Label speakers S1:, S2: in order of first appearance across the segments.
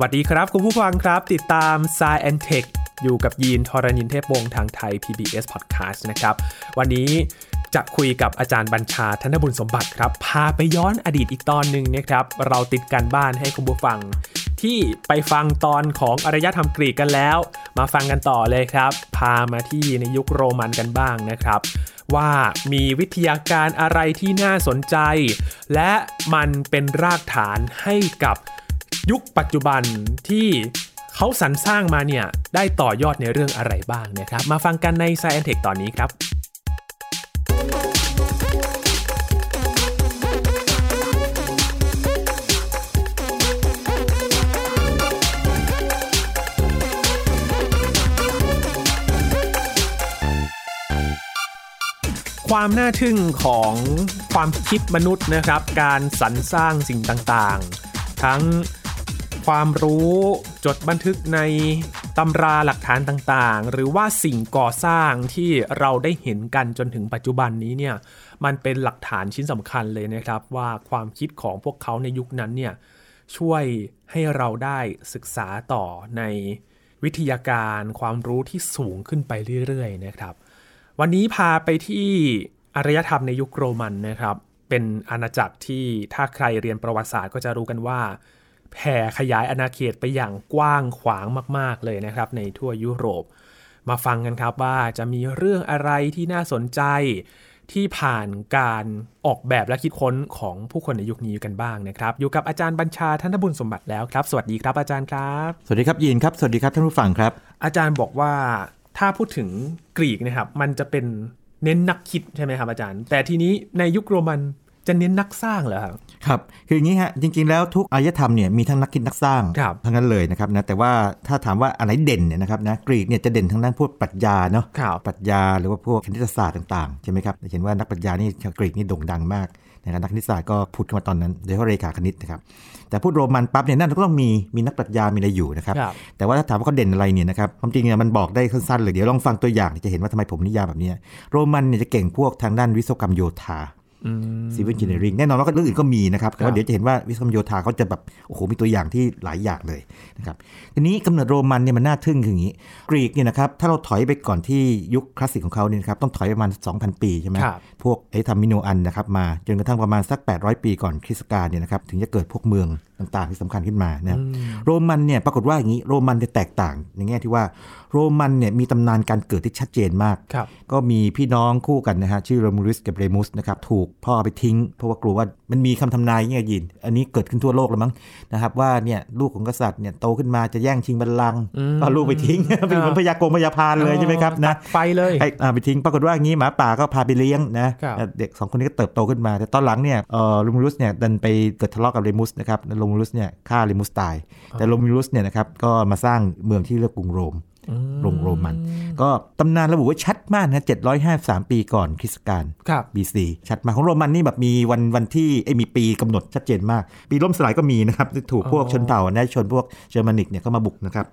S1: วัสดีครับ คุณผู้ฟังครับ ติดตาม s ซแอนเทคอยู่กับยีนทรณินเทพวงศ์ทางไทย PBS Podcast นะครับ วันนี้จะคุยกับอาจารย์บัญชาธนบุญสมบัติครับ พาไปย้อนอดีตอีกตอนหนึ่งนะครับ เราติดกันบ้านให้คุณผู้ฟัง ที่ไปฟังตอนของอารยธรรมกรีกกันแล้ว มาฟังกันต่อเลยครับ พามาที่ในยุคโรมันกันบ้างนะครับ ว่ามีวิทยาการอะไรที่น่าสนใจ และมันเป็นรากฐานให้กับยุคปัจจุบันที่เขาสรรสร้างมาเนี่ย ได้ต่อยอดในเรื่องอะไรบ้างนะครับ มาฟังกันใน Science Tech ตอนนี้ครับ ความน่าทึ่งของความคิดมนุษย์นะครับ การสรรสร้างสิ่งต่างๆ ทั้งความรู้จดบันทึกในตำราหลักฐานต่างๆ หรือว่าสิ่งก่อสร้างที่เราได้เห็นกันจนถึงปัจจุบันนี้เนี่ยมันเป็นหลักฐานชิ้นสำคัญเลยนะครับ ว่าความคิดของพวกเขาในยุคนั้นเนี่ยช่วยให้เราได้ศึกษาต่อในวิทยาการความรู้ที่สูงขึ้นไปเรื่อยๆนะครับ วันนี้พาไปที่อารยธรรมในยุคโรมันนะครับ เป็นอาณาจักรที่ถ้าใครเรียนประวัติศาสตร์ก็จะรู้กันว่าแผ่ขยายอาณาเขตไปอย่างกว้างขวางมาก ๆ เลยนะครับ ในทั่วยุโรป มาฟังกันครับว่าจะมีเรื่องอะไรที่น่าสนใจ ที่ผ่านการออกแบบและคิดค้นของผู้คนในยุคนี้กันบ้างนะครับ อยู่กับอาจารย์บัญชาธนบุญสมบัติแล้วครับ สวัสดีครับอาจารย์ครับ
S2: สวัสดีครับยีนครับ สวัสดีครับท่านผู้ฟังครับ
S1: อาจารย์บอกว่าถ้าพูดถึงกรีกนะครับ มันจะเป็นเน้นนักคิดใช่ไหมครับอาจารย์ แต่ทีนี้ในยุคโรมันจะเน้นนักสร้างเหรอครับ
S2: ครับ คืออย่างนี้ฮะ จริง ๆ แล้วทุกอารยธรรมเนี่ยมีทั้งนักคิดนักสร้าง
S1: ครับ
S2: ทั้งนั้นเลยนะครับนะ แต่ว่าถ้าถามว่าอะไรเด่นเนี่ยนะครับนะ กรีกเนี่ยจะเด่นทางด้านพวกปรัชญาเนาะ
S1: ข่าว
S2: ปรัชญาหรือว่าพวกคณิตศาสตร์ต่างๆ ใช่ไหมครับ เห็นว่านักปรัชญานี่ชาวกรีกนี่โด่งดังมากนะครับนักคณิตศาสตร์ก็ผุดขึ้นมาตอนนั้นโดยเฉพาะเรขาคณิตนะครับ แต่พูดโรมันปั๊บเนี่ยน่าจะต้องมีมีนักปรัชญามีอะไรอยู่นะครับ
S1: ครับ
S2: แต่ว่าถ้าถามว่าเขาเด่นอะไรเนี่ยนะครับความจริงเนี่ยมันบอกได้สั้นๆเลยเดี๋ยวลองฟังตัวอย่างจะเห็นว่าทำไมผมนิยามแบบเนี้ยโรมันเนี่ยจะเก่งพวกทางด้านวิศวกรรมโยธา
S1: อืม
S2: ซีวิลเจเนริงแน่นอนว่าก็เรื่องอื่นก็มีนะครับ แต่
S1: ครั
S2: ว่า
S1: บ
S2: เดี๋ยวจะเห็นว่าวิศวกรรมโยธาเขาจะแบบ โอ้โห มีตัวอย่างที่หลายอย่างเลยนะครับทีนี้กำเนิดโรมันเนี่ยมันน่าทึ่งคืออย่างนี้ กรีกเนี่ยนะครับ ถ้าเราถอยไปก่อนที่ยุคคลาสสิกของเขาเนี่ยนะครับ ต้องถอยประมาณ 2,000 ปีใช่ไหม
S1: ครับ
S2: พวกไอ้ทำมิโนอันนะครับมาจนกระทั่งประมาณสัก 800 ปีก่อนคริสต์กาลเนี่ยนะครับถึงจะเกิดพวกเมืองต่างๆที่สำคัญขึ้นมานะครับโรมันเนี่ยปรากฏว่าอย่างนี้โรมันจะแตกต่างในแง่ที่ว่าโรมันเนี่ยมีตำนานการเกิดที่ชัดเจนมาก
S1: ครับ
S2: ก็มีพี่น้องคู่กันนะฮะชื่อโรมูลุสกับเรมุสนะครับถูกพ่อไปทิ้ง เพราะว่ากลัวว่ามันมีคำทำนายอย่างเงี้ยยิน อันนี้เกิดขึ้นทั่วโลกแล้วมั้งนะครับว่าเนี่ยลูกของกษัตริย์เนี่ยโตขึ้นมาจะแย่งชิงบัลลังก์
S1: อืม
S2: ก็เอาลูกไปทิ้ง เป็นเหมือนพยากรณ์พยาพานเลยใช่ไหมครับนะ
S1: ตัดไฟเลย
S2: ไอ้อ่าไปทิ้งปรากฏว่าอย่างนี้หมาป่าก็พาไปเลี้ยงนะครับ เอ่อเด็กสองคนนี้ก็เติบโตขึ้นมา แต่ตอนหลังเนี่ยเอ่อโรมิลุสเนี่ยดันไปเกิดทะเลาะกับเรมุสนะครับแล้วโรมิลุสเนี่ยฆ่าเรมุสตาย แต่โรมิลุสเนี่ยนะครับก็มาสร้างเมืองที่เรียกกรุงโรม
S1: อืม
S2: โรมโรมัน ก็ตำนานระบุไว้ชัดมากนะ753 ปีก่อนคริสต์กาล
S1: ครับ
S2: BC ชัดมากของโรมันนี่แบบมีวันวันที่เอ้ยมีปีกำหนดชัดเจนมาก ปีล่มสลายก็มีนะครับถูกพวก
S1: อ๋อ
S2: ชนเผ่านะชนพวกเจอร์มานิกเนี่ยเข้ามาบุกนะครับ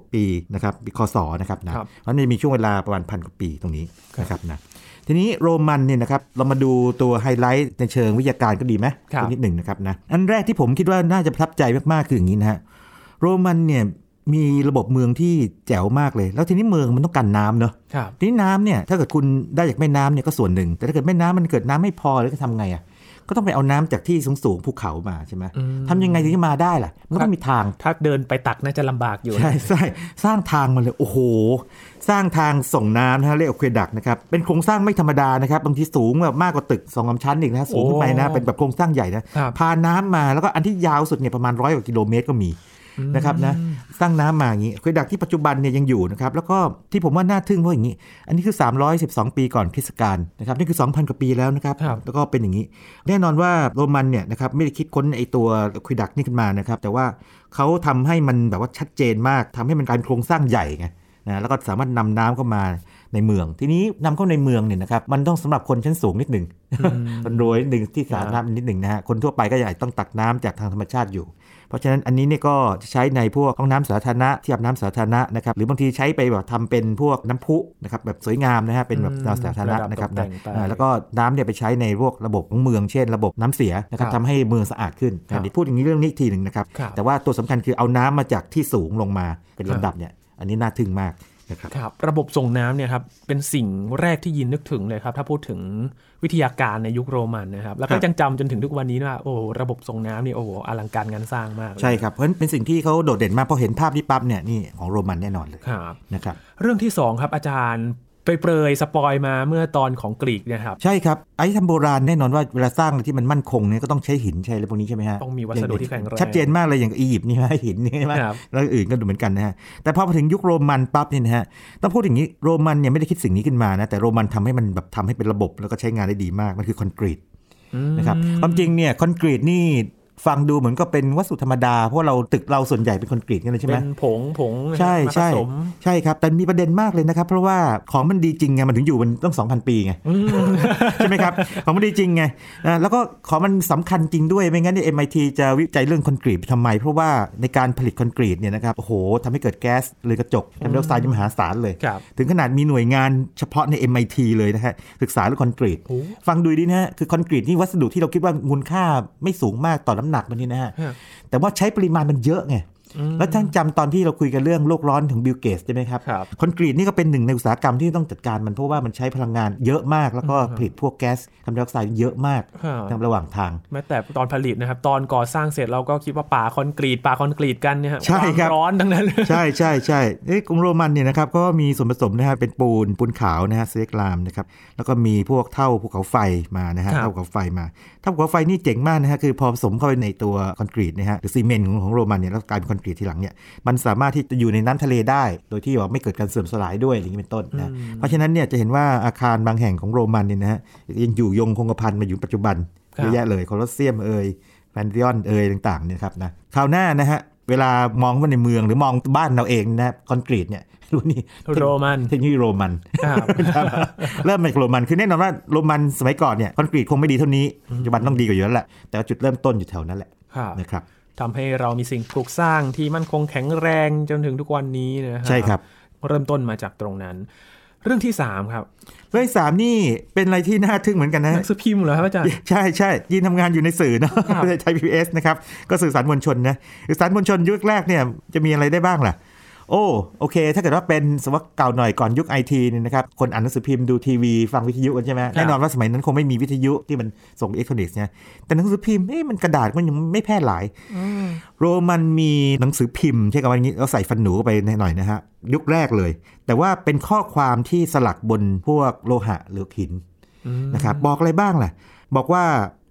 S2: 476 ปีนะครับปีคศนะครับนะครับ เพราะมันจะมีช่วงเวลาประมาณพันกว่าปีตรงนี้นะครับนะทีนี้โรมันเนี่ยนะครับเรามาดูตัวไฮไลท์ในเชิงวิทยาการก็ดีไหม
S1: ครับ
S2: สักนิดหนึ่งนะครับนะอันแรกที่ผมคิดว่าน่าจะประทับใจมากๆคืออย่างนี้นะฮะโรมันเนี่ยมีระบบเมืองที่แจ๋วมากเลย แล้วทีนี้เมืองมันต้องการน้ำเนาะ
S1: ครับ
S2: ทีนี้น้ำเนี่ยถ้าเกิดคุณได้จากแม่น้ำเนี่ยก็ส่วนหนึ่ง แต่ถ้าเกิดแม่น้ำมันเกิดน้ำไม่พอแล้วก็ทำไงอ่ะก็ต้องไปเอาน้ำจากที่สูงๆภูเขามาใช่ไหม
S1: อืม
S2: ทำยังไงถึงจะมาได้ล่ะ มันก็ต้องมีทาง
S1: ถ้าเดินไปตักน่าจะลำบากอยู่นะ
S2: ใช่ใช่สร้างทางมาเลยโอ้โห สร้างทางส่งน้ำนะฮะเรียกว่าเควดักนะครับเป็นโครงสร้างไม่ธรรมดานะครับบางทีสูงแบบมากกว่าตึกสองสามชั้นอีกนะฮะสูงขึ้นไปนะ
S1: โอ้
S2: เป็นแบบโครงสร้างใหญ่นะครับ พาน้ำมาแล้วก็อันที่ยาวสุดเนี่ยประมาณร้อยกว่ากิโลเมตรก็มีนะครับนะสร้างน้ำมาอย่างนี้เควดักที่ปัจจุบันเนี่ยยังอยู่นะครับแล้วก็ที่ผมว่าน่าทึ่งเพราะอย่างนี้ อันนี้คือ 312 ปีก่อนคริสต์กาลนะครับนี่คือ 2,000กว่าปีแล้วนะครับ
S1: ครับ
S2: แล้วก็เป็นอย่างนี้ แน่นอนว่าโรมันเนี่ยนะครับไม่ได้คิดค้นไอตัวควิดักนี่ขึ้นมานะครับ แต่ว่าเขาทำให้มันแบบว่าชัดเจนมากทำให้มันกลารโครงสร้างใหญ่ไงนะแล้วก็สามารถนำน้ำเข้ามา ในเมือง ทีนี้นำเข้าในเมืองเนี่ยนะครับมันต้องสำหรับคนชั้นสูงนิดหนึ่ง คนรวยนิดหนึ่งที่สาธารณะนิดหนึ่งนะฮะคนทั่วไปก็ยังต้องตักน้ำจากทางธรรมชาติอยู่ เพราะฉะนั้นอันนี้เนี่ยก็จะใช้ในพวกห้องน้ำสาธารณะที่อาบน้ำสาธารณะนะครับหรือบางทีใช้ไปแบบทำเป็นพวกน้ำพุนะครับแบบสวยงามนะฮะเป็นแบบน้ำสาธารณะนะครับ
S1: ระดับตกแต่ง
S2: นะ
S1: ไป
S2: อ่าแล้วก็น้ำเนี่ยไปใช้ในพวกระบบของเมืองเช่น ระบบน้ำเสียนะครับ
S1: ครับ
S2: ทำให้เมืองสะอาดขึ้น
S1: ครับ
S2: อ่าเดี๋ยวพูดอย่างนี้เรื่องนี้อีกทีหนึ่งนะครับ
S1: ครับ
S2: แต่ว่าตัวสำคัญคือเอาน้ำมาจากที่สูงลงมาเป็นลำดับเนี่ยอันนี้น่าทึ่งมากนะครับ
S1: ครับระบบส่งน้ำเนี่ยครับเป็นสิ่งแรกที่ยินนึกถึงเลยครับ ถ้าพูดถึงวิทยาการในยุคโรมันนะครับ แล้วก็
S2: ครับ
S1: ยังจำจนถึงทุกวันนี้ว่าโอ้โหระบบส่งน้ำเนี่ยโอ้โหอลังการงานสร้างมากเลย
S2: ใช่ครับเพราะฉะนั้นเป็นสิ่งที่เขาโดดเด่นมากพอเห็นภาพนี้ปั๊บเนี่ยนี่ของโรมันแน่นอนเลย
S1: ครับ
S2: นะครับ
S1: เรื่องที่สองครับอาจารย์ไปเปรยๆสปอยมาเมื่อตอนของกรีกเนะครับ
S2: ใช่ครับไอ้ทำโบราณแน่นอนว่าเวลาสร้างอะไรที่มันมั่นคงเนี่ยก็ต้องใช้หินใช้อะไรพวกนี้ใช่ไหมฮะ
S1: ต้องมีวัสดุที่แข็งแรง
S2: ชัดเจนมากเลยอย่างอียิปต์นี่ฮะหินนี่ใช่ไหม
S1: ครับ
S2: แล้วอื่นก็ดูเหมือนกันนะฮะแต่พอมาถึงยุคโรมันปั๊บเนี่ยนะฮะต้องพูดอย่างนี้โรมันเนี่ยไม่ได้คิดสิ่งนี้ขึ้นมานะแต่โรมันทำให้มันแบบทำให้เป็นระบบแล้วก็ใช้งานได้ดีมากมันคือคอนกรีต นะครับความจริงเนี่ยคอนกรีตนี่ฟังดูเหมือนก็เป็นวัสดุธรรมดาเพราะเราตึกเราส่วนใหญ่เป็นคอนกรีตกันเลยใช่ไหม
S1: เป็นผงผง
S2: ใช่ใช่
S1: มาผสม
S2: ใช่ครับแต่มีประเด็นมากเลยนะครับ เพราะว่าของมันดีจริงไงมันถึงอยู่มันต้อง2,000 ปีไง ใช่ไหมครับ ของมันดีจริงไงนะแล้วก็ของมันสำคัญจริงด้วยไม่งั้นเนี่ย MIT จะวิจัยเรื่องคอนกรีตไปทำไม เพราะว่าในการผลิตคอนกรีตเนี่ยนะครับโอ้โหทำให้เกิดแก๊สเรือนกระจกคาร์บอนไดออกไซด์ที่มหาศาลเลย
S1: ครับ
S2: ถึงขนาดมีหน่วยงานเฉพาะใน MIT เลยนะฮะศึกษาเรื่องคอนกรีต
S1: โอ้
S2: ฟังดูดีนะฮะ คือคอนกรีตนี่วัสดุที่เราคิดว่ามูลค่าไม่สูงมากต่อน้ำหนักมันนี่นะฮะ
S1: ฮะ
S2: แต่ว่าใช้ปริมาณมันเยอะไง แล้วท่านจำตอนที่เราคุยกันเรื่องโลกร้อนถึงบิลเกตใช่ไหมครับ
S1: ครับ
S2: คอนกรีตนี่ก็เป็นหนึ่งในอุตสาหกรรมที่ต้องจัดการมันเพราะว่ามันใช้พลังงานเยอะมากแล้วก็ผลิตพวกแก๊สคาร์บอนไดออกไซด์เยอะมาก
S1: ครับ
S2: ในระหว่างทาง
S1: แม้แต่ตอนผลิตนะครับ ตอนก่อสร้างเสร็จเราก็คิดว่าป่าคอนกรีตป่าคอนกรีตกันเนี่ยฮะ
S2: ใช่ครับ
S1: วามร้อนทั้งนั้น
S2: ใช่ใช่ใช่เอ้ยกรุงโรมันเนี่ยนะครับก็มีส่วนผสมนะฮะเป็นปูนปูนขาวนะฮะเซกรามนะครับแล้วก็มีพวกเท่าภูเขาไฟมานะฮะเท่าภูเขาไฟมาเท่าภูเขาไฟนี่เจ๋งมากนะฮะคือพอผสมเข้าไปในตัวคอนกรีตนะฮะหรือซีเมนต์ของของโรมันเนี่ยแล้วกลายเป็นคอนกรีตทีหลังเนี่ยมันสามารถที่จะอยู่ในน้ำทะเลได้ โดยที่ว่าไม่เกิดการเสื่อมสลายด้วยอย่างนี้เป็นต้นนะเพราะฉะนั้นเนี่ยจะเห็นว่าอาคารบางแห่งของโรมันเนี่ยนะฮะยังอยู่ยงคงกระพันมาอยู่ปัจจุบัน เยอะแยะเลยโคลอสเซียมเอ่ยแพนเทออนเอ่ยต่างๆเนี่ยครับนะคราวหน้านะฮะ เวลามองว่าในเมืองหรือมองบ้านเราเองนะคอนกรีตเนี่ย รู้นี่
S1: โรมัน
S2: เทคโนโลยีโรมัน
S1: ครับ
S2: เริ่มมาจากโรมันคือแน่นอนว่าโรมันสมัยก่อนเนี่ยคอนกรีตคงไม่ดีเท่านี้ปัจจุบันต้องดีกว่าอยู่แล้วแหละแต่ว่าจุดเริ่มต้นอยู่แถวนั้นแหละ
S1: ครับ
S2: นะครับ
S1: ทำให้เรามีสิ่งปลูกสร้างที่มั่นคงแข็งแรงจนถึงทุกวันนี้นะฮะ
S2: ใช่ครับ
S1: เริ่มต้นมาจากตรงนั้น เรื่องที่ 3 ครับ
S2: เรื่องที่สามนี่เป็นอะไรที่น่าทึ่งเหมือนกันนะ
S1: หนังสือพิมพ์เหรอครับอาจารย์
S2: ใช่ใช่ยินทำงานอยู่ในสื่อเนาะ
S1: ครับ
S2: ไทยพีบีเอสนะครับ ก็สื่อสารมวลชนนะสื่อสารมวลชนยุคแรกเนี่ยจะมีอะไรได้บ้างล่ะ โอ้ โอเค ถ้าเกิดว่าเป็นสมมติวัสเก่าหน่อยก่อนยุคไอทีเนี่ยนะครับ คนอ่านหนังสือพิมพ์ดูทีวี ฟังวิทยุกันใช่ไหมแน่นอนว่าสมัยนั้นคงไม่มีวิทยุที่มันส่งอิเล็กทรอนิกส์เนี่ยแต่หนังสือพิมพ์เอ๊ะมันกระดาษมันยังไม่แพร่หลาย โรมันมีหนังสือพิมพ์ใช้คำว่าอย่างนี้เราใส่ฟันหนูเข้าไปหน่อยนะฮะยุคแรกเลย แต่ว่าเป็นข้อความที่สลักบนพวกโลหะหรือหินนะครับบอกอะไรบ้างล่ะ บอกว่า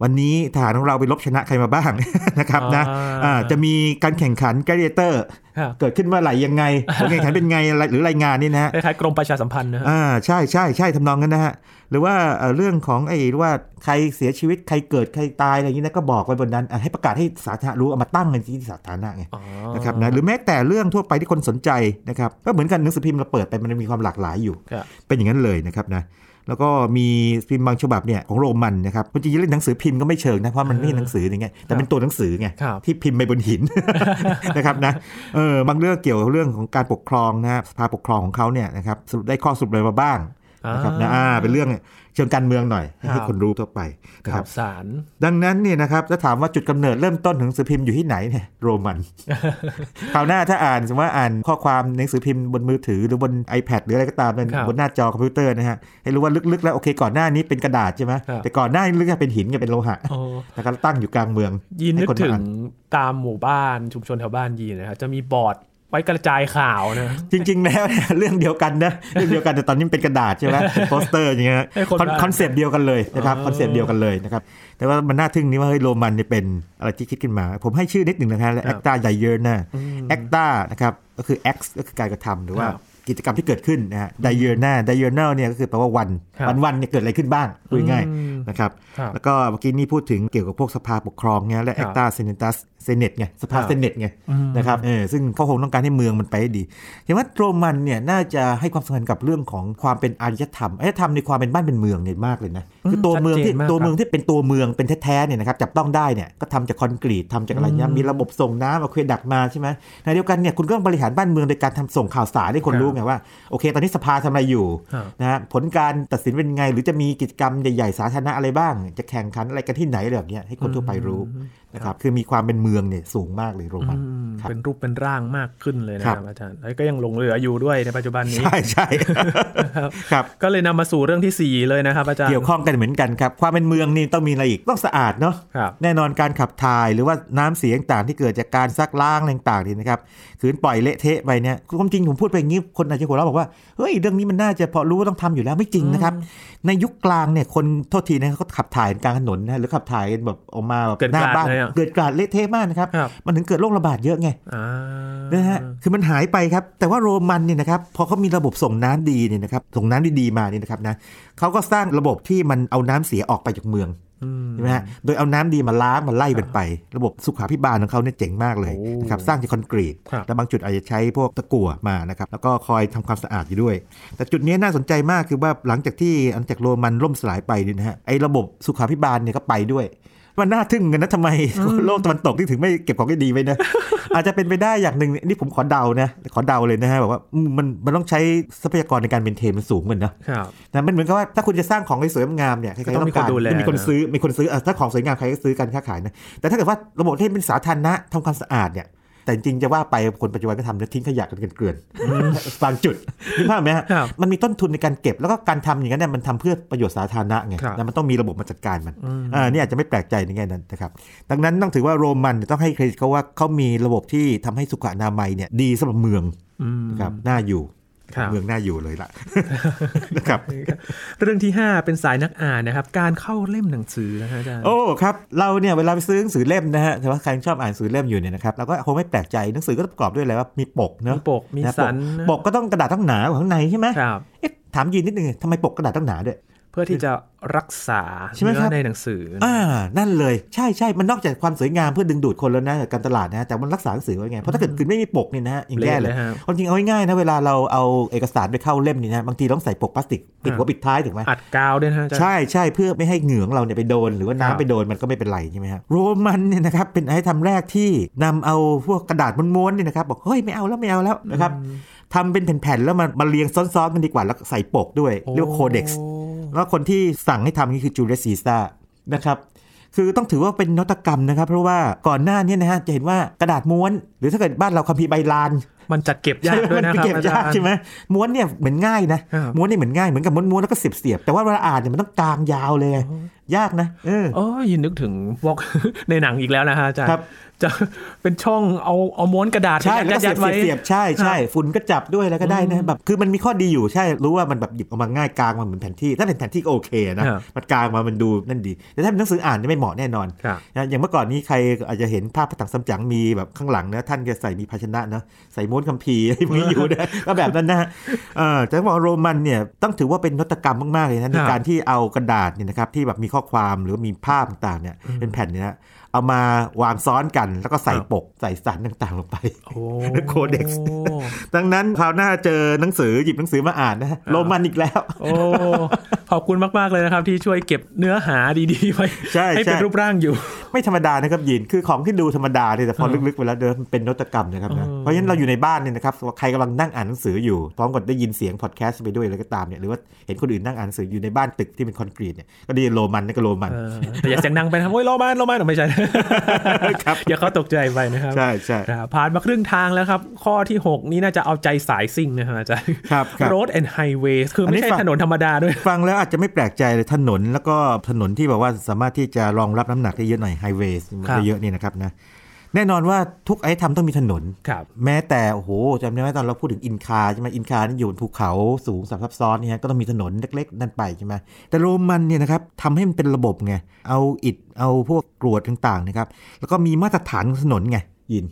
S2: วันนี้ทหารของเราไปรบชนะใครมาบ้าง นะครับนะ
S1: อ่า
S2: อ่าจะมีการแข่งขันก l เดเตอร์
S1: ครับ
S2: เกิดขึ้นเมื่อไหร่ยังไงผลแข่งขันเป็นไงอะไรหรือรายงานนี่นะฮะ
S1: คล้ายๆกรมประชาสัมพันธ์นะฮะ
S2: อ่าใช่ใช่ใช่ทำนองนั้นนะฮะ หรือว่าเอ่อเรื่องของไอ้ว่าใครเสียชีวิตใครเกิดใครตายอะไรอย่างนี้นะก็บอกไว้บนนั้นอ่ะให้ประกาศให้สาธารณะรู้เอามาตั้งในที่สาธารณะไง
S1: อ๋อ
S2: นะครับนะหรือแม้แต่เรื่องทั่วไปที่คนสนใจนะครับก็เหมือนกันหนังสือพิมพ์เราเปิดไปมันมีความหลากหลายอยู่
S1: ครับ
S2: เป็นอย่างนั้นเลยนะครับนะแล้วก็มีพิมพ์บางฉบับเนี่ยของโรมันนะครับจริงๆเล่นหนังสือพิมพ์ก็ไม่เชิงนะเพราะมันไม่ใช่หนังสืออย่างเงี้ยแต่เป็นตัวหนังสือไง
S1: ครับ
S2: ที่พิมพ์ไปบนหิน นะครับนะเออบางเรื่องเกี่ยวกับเรื่องของการปกครองนะฮะสภาปกครองของเขาเนี่ยนะครับสรุปได้ข้อสรุปอะไรมาบ้างนะครับนะ
S1: อ่า
S2: อ่าเป็นเรื่องเชิงการเมืองหน่อย
S1: ครั
S2: ให้
S1: บ
S2: คนรู้ทั่วไปนะค
S1: ข่า
S2: รับ
S1: วสาร
S2: ดังนั้นเนี่ยนะครับถ้าถามว่าจุดกำเนิดเริ่มต้นของหนังสือพิมพ์อยู่ที่ไหนเนี่ยโร มัน คราวหน้าถ้าอ่านสมมติว่าอ่านข้อความในหนังสือพิมพ์บนมือถือหรือบน iPad หรืออะไรก็ตามเนี่ยบนหน้าจอคอมพิวเตอร์นะฮะให้รู้ว่าลึกๆแล้วโอเคก่อนหน้านี้เป็นกระดาษใช่ไหมแต่ก่อนหน้านี้ลึกๆเป็นหินกับเป็นโลหะ
S1: โอ้
S2: นะครับตั้งอยู่กลางเมือง
S1: ยีนนึ
S2: ให้
S1: ก
S2: คมา
S1: ถึง
S2: อ่า
S1: ตามหมู่บ้านชุมชนแถวบ้านยีนนะครับจะมีบอร์ดไว้กระจายข่าวนะ
S2: จริงๆ แล้วเนี่ยเรื่อง เดียวกันนะ เรื่องเดียวกันแต่ตอนนี้มันเป็นกระดาษใช่ไหม เป็นโปสเตอร์อย่างเงี้ย
S1: ให้คน
S2: คอน
S1: มาอ่าน
S2: คอนเซปต์เดียวกันเลยนะครับ
S1: อ๋อ
S2: คอนเซปต์เดียวกันเลยนะครับแต่ว่ามันน่าทึ่งนี่ว่าเฮ้ยโรมันเนี่ยเป็นอะไรที่คิดขึ้นมา ผมให้ชื่อนิดหนึ่งนะครับแอคตาไดเยอร์นะแอคตานะครับก็คือ X ก็คือการกระทำหรือว่า กิจกรรมที่เกิดขึ้นนะฮะ diurnal diurnal เนี่ยก็คือแปลว่าวัน
S1: ครับ
S2: วันวันๆเนี่ยเกิดอะไรขึ้นบ้างพูดง่าย
S1: อืม
S2: ๆนะครับ
S1: ครับ
S2: แล้วก็เมื่อกี้นี่พูดถึงเกี่ยวกับพวกสภาปกครองเนี่ย
S1: ค
S2: และแอ
S1: รับ
S2: คตาเซเนตัสเซเนตไงสภา
S1: ครับ
S2: เซเนตไง
S1: อืม
S2: นะครับเออซึ่งเขาคงต้องการให้เมืองมันไปให้ดีเห็นว่าโรมันเนี่ยน่าจะให้ความสำคัญกับเรื่องของความเป็นอารยธรรมอารยธรรมในความเป็นบ้านเป็นเมืองเนี่ยมากเลยนะคือตัวเมืองที่
S1: ชัดเจนมาก
S2: ตัวเมืองที่เป็นตัวเมืองเป็นแท้ๆเนี่ยนะครับจับต้องได้เนี่ยก็ทำจากคอนกรีตทำจากอะไรเนี่ย
S1: อืม
S2: มีระบบส่งน้ำเอาเคดักมาใช่ไหมในเดียวกันเนี่ยคุณก็ต้องบริหารบ้านเมืองโดยการทำส่งข่าวสารให้คน
S1: ครับ
S2: รู้ไงว่าโอเค ตอนนี้สภาทำอะไรอยู่
S1: ครับ
S2: นะฮะผลการตัดสินเป็นไง หรือจะมีกิจกรรมใหญ่ ๆ สาธารณะอะไรบ้าง จะแข่งขันอะไรกันที่ไหนอะไรแบบเนี้ยให้คนทั่วไปรู้นะครับคือมีความเป็นเมืองเนี่ยสูงมากเลยโรมัน
S1: อืม
S2: ครับ
S1: เป็นรูปเป็นร่างมากขึ้นเลยนะ
S2: ค
S1: ค
S2: รั
S1: รับ บอาจารย์แล้วก็ยังหลงเหลืออยู่ด้วยในปัจจุบันนี้
S2: ใช่ใช่
S1: ครับ
S2: ครับ
S1: ก็เลยนำมาสู่เรื่องที่สี่เลยนะครับ อาจารย์
S2: เกี่ยวข้องกันเหมือนกันครับ ความเป็นเมืองนี่ต้องมีอะไรอีกต้องสะอาดเนาะ
S1: ครับ
S2: แน่นอนการขับถ่ายหรือว่าน้ำเสียงต่างที่เกิดจากการซักล้างอะไรต่างๆนี่นะครับคืนปล่อยเละเทะไปเนี่ยความจริงผมพูดไปอย่างนี้คนอาจจะหัวเราะบอกว่าเฮ้ยเรื่องนี้มันน่าจะพอรู้ว่าต้องทำอยู่แล้วไม่จริงนะครับ ในยุคกลางเนี่ยคนโทษทีนะเขาขับถ่ายกลางถนนนะหรือขับถ่ายกันแบบออกมาแบบ
S1: เกิด
S2: หน้าก
S1: ลาด
S2: บ้าน
S1: เลยอะ
S2: เกิดกลาดเละเทะมากนะครับ
S1: ครับ
S2: มันถึงเกิดโรคระบาดเยอะไง
S1: อ่า
S2: นะฮะคือมันหายไปครับ แต่ว่าโรมันเนี่ยนะครับพอเขามีระบบส่งน้ำดีเนี่ยนะครับส่งน้ำดีๆมาเนี่ยนะครับนะเขาก็สร้างระบบที่มันเอาน้ำเสียออกไปจากเมือง
S1: อืม
S2: ใช่ไหมฮะโดยเอาน้ำดีมาล้างมาไล่มันไป ระบบสุขาพิบาลของเขาเนี่ยเจ๋งมากเลย
S1: โอ้
S2: นะครับสร้างจากคอนกรีต
S1: ครับ
S2: แล้วบางจุดอาจจะใช้พวกตะกั่วมานะครับแล้วก็คอยทำความสะอาดอยู่ด้วย แต่จุดนี้น่าสนใจมากคือว่าหลังจากที่อันจากโรมันล่มสลายไปเนี่ยนะฮะไอ้ระบบสุขาพิบาลเนี่ยก็ไปด้วย มันน่าทึ่งเหมือนกันนะทำไม โลกตะวันตกที่ถึงไม่เก็บของได้ดีไว้นะ อาจจะเป็นไปได้อย่างหนึ่งนี่ผมขอเดานะขอเดาเลยนะฮะแบบว่าอืมมันมันต้องใช้ทรัพยากรในการเป็นเทนมันสูงเหมือนนะครับ นะมันเหมือนกับว่าถ้าคุณจะสร้างของสวยงามเนี่ยใครๆก็ต้องการ
S1: ก็ต้องมีคนดูแล
S2: มีคน
S1: นะ
S2: ซื้อมีคนซื้อเออถ้าของสวยงามใครก็ซื้อกันค้าขายนะแต่ถ้าเกิดว่าระบบที่เป็นสาธารณะทำความสะอาดเนี่ยแต่จริงๆจะว่าไปคนปัจจุบันก็ทำนะทิ้งขยะกันเกลื่อนๆ บางจุดนี่ภาพไหมฮะ
S1: ครับ
S2: มันมีต้นทุนในการเก็บแล้วก็การทำอย่างนั้นเนี่ยมันทำเพื่อประโยชน์สาธารณะไง
S1: ครับ
S2: แล้วมันต้องมีระบบมาจัดการมัน
S1: อืม
S2: อ่านี่อาจจะไม่แปลกใจในแง่นั้นนะครับดังนั้นต้องถือว่าโรมันเนี่ยต้องให้เครดิตเขาว่าเขามีระบบที่ทำให้สุขอนามัยเนี่ยดีสำหรับเมือง
S1: อืม
S2: นะครับน่าอยู่
S1: ครับ
S2: เมืองน่าอยู่เลย ล่ะ นะครับ
S1: เรื่องที่ 5 เป็นสายนักอ่านนะครับ การเข้าเล่มหนังสือนะฮะอาจารย์
S2: โอ้ครับเราเนี่ยเวลาไปซื้อหนังสือเล่มนะฮะแต่ว่าใครชอบอ่านหนังสือเล่มอยู่เนี่ยนะครับเราก็คงไม่แปลกใจหนังสือก็ประกอบด้วยอะไรว่ามีปกเนอะ
S1: มีปกมี
S2: นะ
S1: สันนะ
S2: ปกก็ต้องกระดาษต้องหนากว่าข้างในใช่ไหม
S1: ครับ
S2: เอ๊ะถามยีนนิดนึงทำไมปกกระดาษต้องหนาด้วย
S1: เพื่อที่จะรักษา
S2: ใช่ไหมครั
S1: เนื้
S2: บ
S1: อในหนังสืออ
S2: อ่า นั่นเลย ใช่ใช่ มันนอกจากความสวยงามเพื่อดึงดูดคนแล้วนะการตลาดนะ แต่มันรักษาหนังสือไว้ไง เพราะถ้าเกิดคุณไม่มีปกนี่นะฮะยิ่งแย่เลย
S1: เละนะฮะ
S2: ความจริงเอาง่ายๆนะ เวลาเราเอาเอกสารไปเข้าเล่มนี่นะ บางทีต้องใส่ปกพลาสติกปิดหัว
S1: อ่า
S2: ปิดท้ายถูกไหม
S1: อัดกาวด้วยนะฮะอาจารย์
S2: ใช่ใช่เพื่อไม่ให้เหงื่อของเราเนี่ยไปโดน หรือว่า
S1: ครั
S2: น้ำ
S1: บ
S2: ไปโดนมันก็ไม่เป็นไรใช่ไหมฮะโรมันเนี่ยนะครับเป็นไอ้ทำแรกที่นำเอาพวกกระดาษม้วนๆเนี่ยนะครับบอกเฮ้ยไม่เอาแล้วไม่เอาแล้วนะครับทำเป็นแผ่นๆแล้วมามาเรียงซ้อนๆมันดีกว่าแล้วใส่ปกด้วยเรียกว่าโคเด็ก แล้วคนที่สั่งให้ทำนี่คือจูเลียสซีซ่าร์นะครับ คือต้องถือว่าเป็นนวัตกรรมนะครับ เพราะว่าก่อนหน้าเนี้นะฮะจะเห็นว่ากระดาษม้วน หรือถ้าเกิดบ้านเราคัมภีร์ใบลาน
S1: มันจัดเก็บยากด้วยนะ
S2: มั
S1: ครับ
S2: เก็บ
S1: อาจาย
S2: าร ก
S1: ย์
S2: ใช่ไหมม้วนเนี่ยเหมือนง่ายนะครับ ม้วนนี่เหมือนง่ายเหมือนกับม้วนม้วนแล้วก็เสียบเสียบแต่ว่าเวลาอ่านเนี่ยมันต้องกางยาวเลย ยากนะเออ
S1: โอ้ยนึกถึงวอก ในหนังอีกแล้วนะฮะอาจารย์
S2: ครับ
S1: จะเป็นช่องเอาเอาม้วนกระดาษ
S2: ใช่แล้ว
S1: ยัดยั
S2: ก็เสีย
S1: ดๆ
S2: บ
S1: ไว้
S2: เสียบใช่ใช่
S1: ครับ
S2: ฝุ่นก็จับด้วยแล้วก็ได้นะแบบคือมันมีข้อดีอยู่ใช่รู้ว่ามันแบบหยิบออกมาง่ายกลางมันเหมือนแผนที่ ถ้าเป็นแผนที่ก็โอเคนะครับ มันกลางมามันดูนั่นดี แต่ถ้าเป็นหนังสืออ่านเนี่ยไม่เหมาะแน่นอน
S1: ครับ
S2: นะอย่างเมื่อก่อนนี้ใครอาจจะเห็นภาพพระถังซัมจั๋งมีแบบข้างหลังนะท่านจะใส่มีภาชนะเนอะใส่ม้วนคัมภีร์ อะไรพวกนี้อยู่ นะก็แบบนั้นนะฮะเออแต่ว่าโรมันเนี่ยต้องถือว่าเป็นนวัตกรรมมาก ๆ เลยนะในการที่เอากระดาษเนี่ยนะครับที่แบบมีข้อความหรือว่ามีภาพต่างๆเนี่ยเป็นแผ่นเนี่ยนะเอามาวางซ้อนกันแล้วก็ใส่
S1: ครับ
S2: ปกใส่สารต่างๆลงไป
S1: โอ้
S2: โคเด็กซ์ ดังนั้นคราวหน้าเจอหนังสือหยิบหนังสือมาอ่านนะฮะโรมันอีกแล้ว
S1: โอ้ขอบคุณมาก ๆ เลยนะครับ ที่ช่วยเก็บเนื้อหาดี ๆ ไว้
S2: ใช่ใช่
S1: เป็นรูปร่างอยู่
S2: ไม่ธรรมดานะครับยินคือของที่ดูธรรมดาเนี่ยแต่พอ
S1: เออ
S2: ลึกๆไปแล้วเดิมนเป็นนวัตกรรมนะครับนะ
S1: เออ
S2: เพราะฉะนั้นเราอยู่ในบ้านเนี่ยนะครับใครกำลังนั่งอ่านหนังสืออยู่พร้อมกับได้ยินเสียงพอดแคสต์ไปด้วยอะไรก็ตามเนี่ยหรือว่าเห็นคนอื่นนั่งอ่านหนังสืออยู่ในบ้านตึกที่เป็นคอนกรีตเนี่ยก็ดีโรมันนี่ก็โรมัน
S1: เออแต่อย่าเสียงดังไปนะครับโอ้ยโรมานโรมานไม่ใช่
S2: ครับ
S1: อย่าเขาตกใจไปนะครับ
S2: ใช่ใช่
S1: ครับผ่านมาครึ่งทางแล้วครับ ข้อที่ 6 นี้น่าจะเอาใจสายซิ่งนะฮะอาจารย์
S2: ครับครับ
S1: Road and Highways คืออน
S2: นี้
S1: ไม่ใช่
S2: ฝั่ง
S1: ถนนธรรมดาด้วย
S2: ฟังแล้วอาจจะไม่แปลกใจเลยถนนแล้วก็ถนนที่แบบว่าสามารถที่จะรองรับน้ำหนักได้เยอะหน่อยไฮเวย์มัน
S1: ครั
S2: ก็
S1: บ
S2: เยอะนี่นะครับนะแน่นอนว่าทุกไอ้ทำต้องมีถนน
S1: ครับ
S2: แม้แต่โอ้โหจำได้ไหมตอนเราพูดถึงอินคาใช่ไหมอินคานี่อยู่บนภูเขาสูงสามซับซ้อนเนี่ยก็ต้องมีถนนเล็กๆ นั่นไปใช่ไหมแต่โรมันเนี่ยนะครับทำให้มันเป็นระบบไงเอาอิฐเอาพวกกรวดต่างๆนะครับแล้วก็มีมาตรฐานของถนนไง ยิน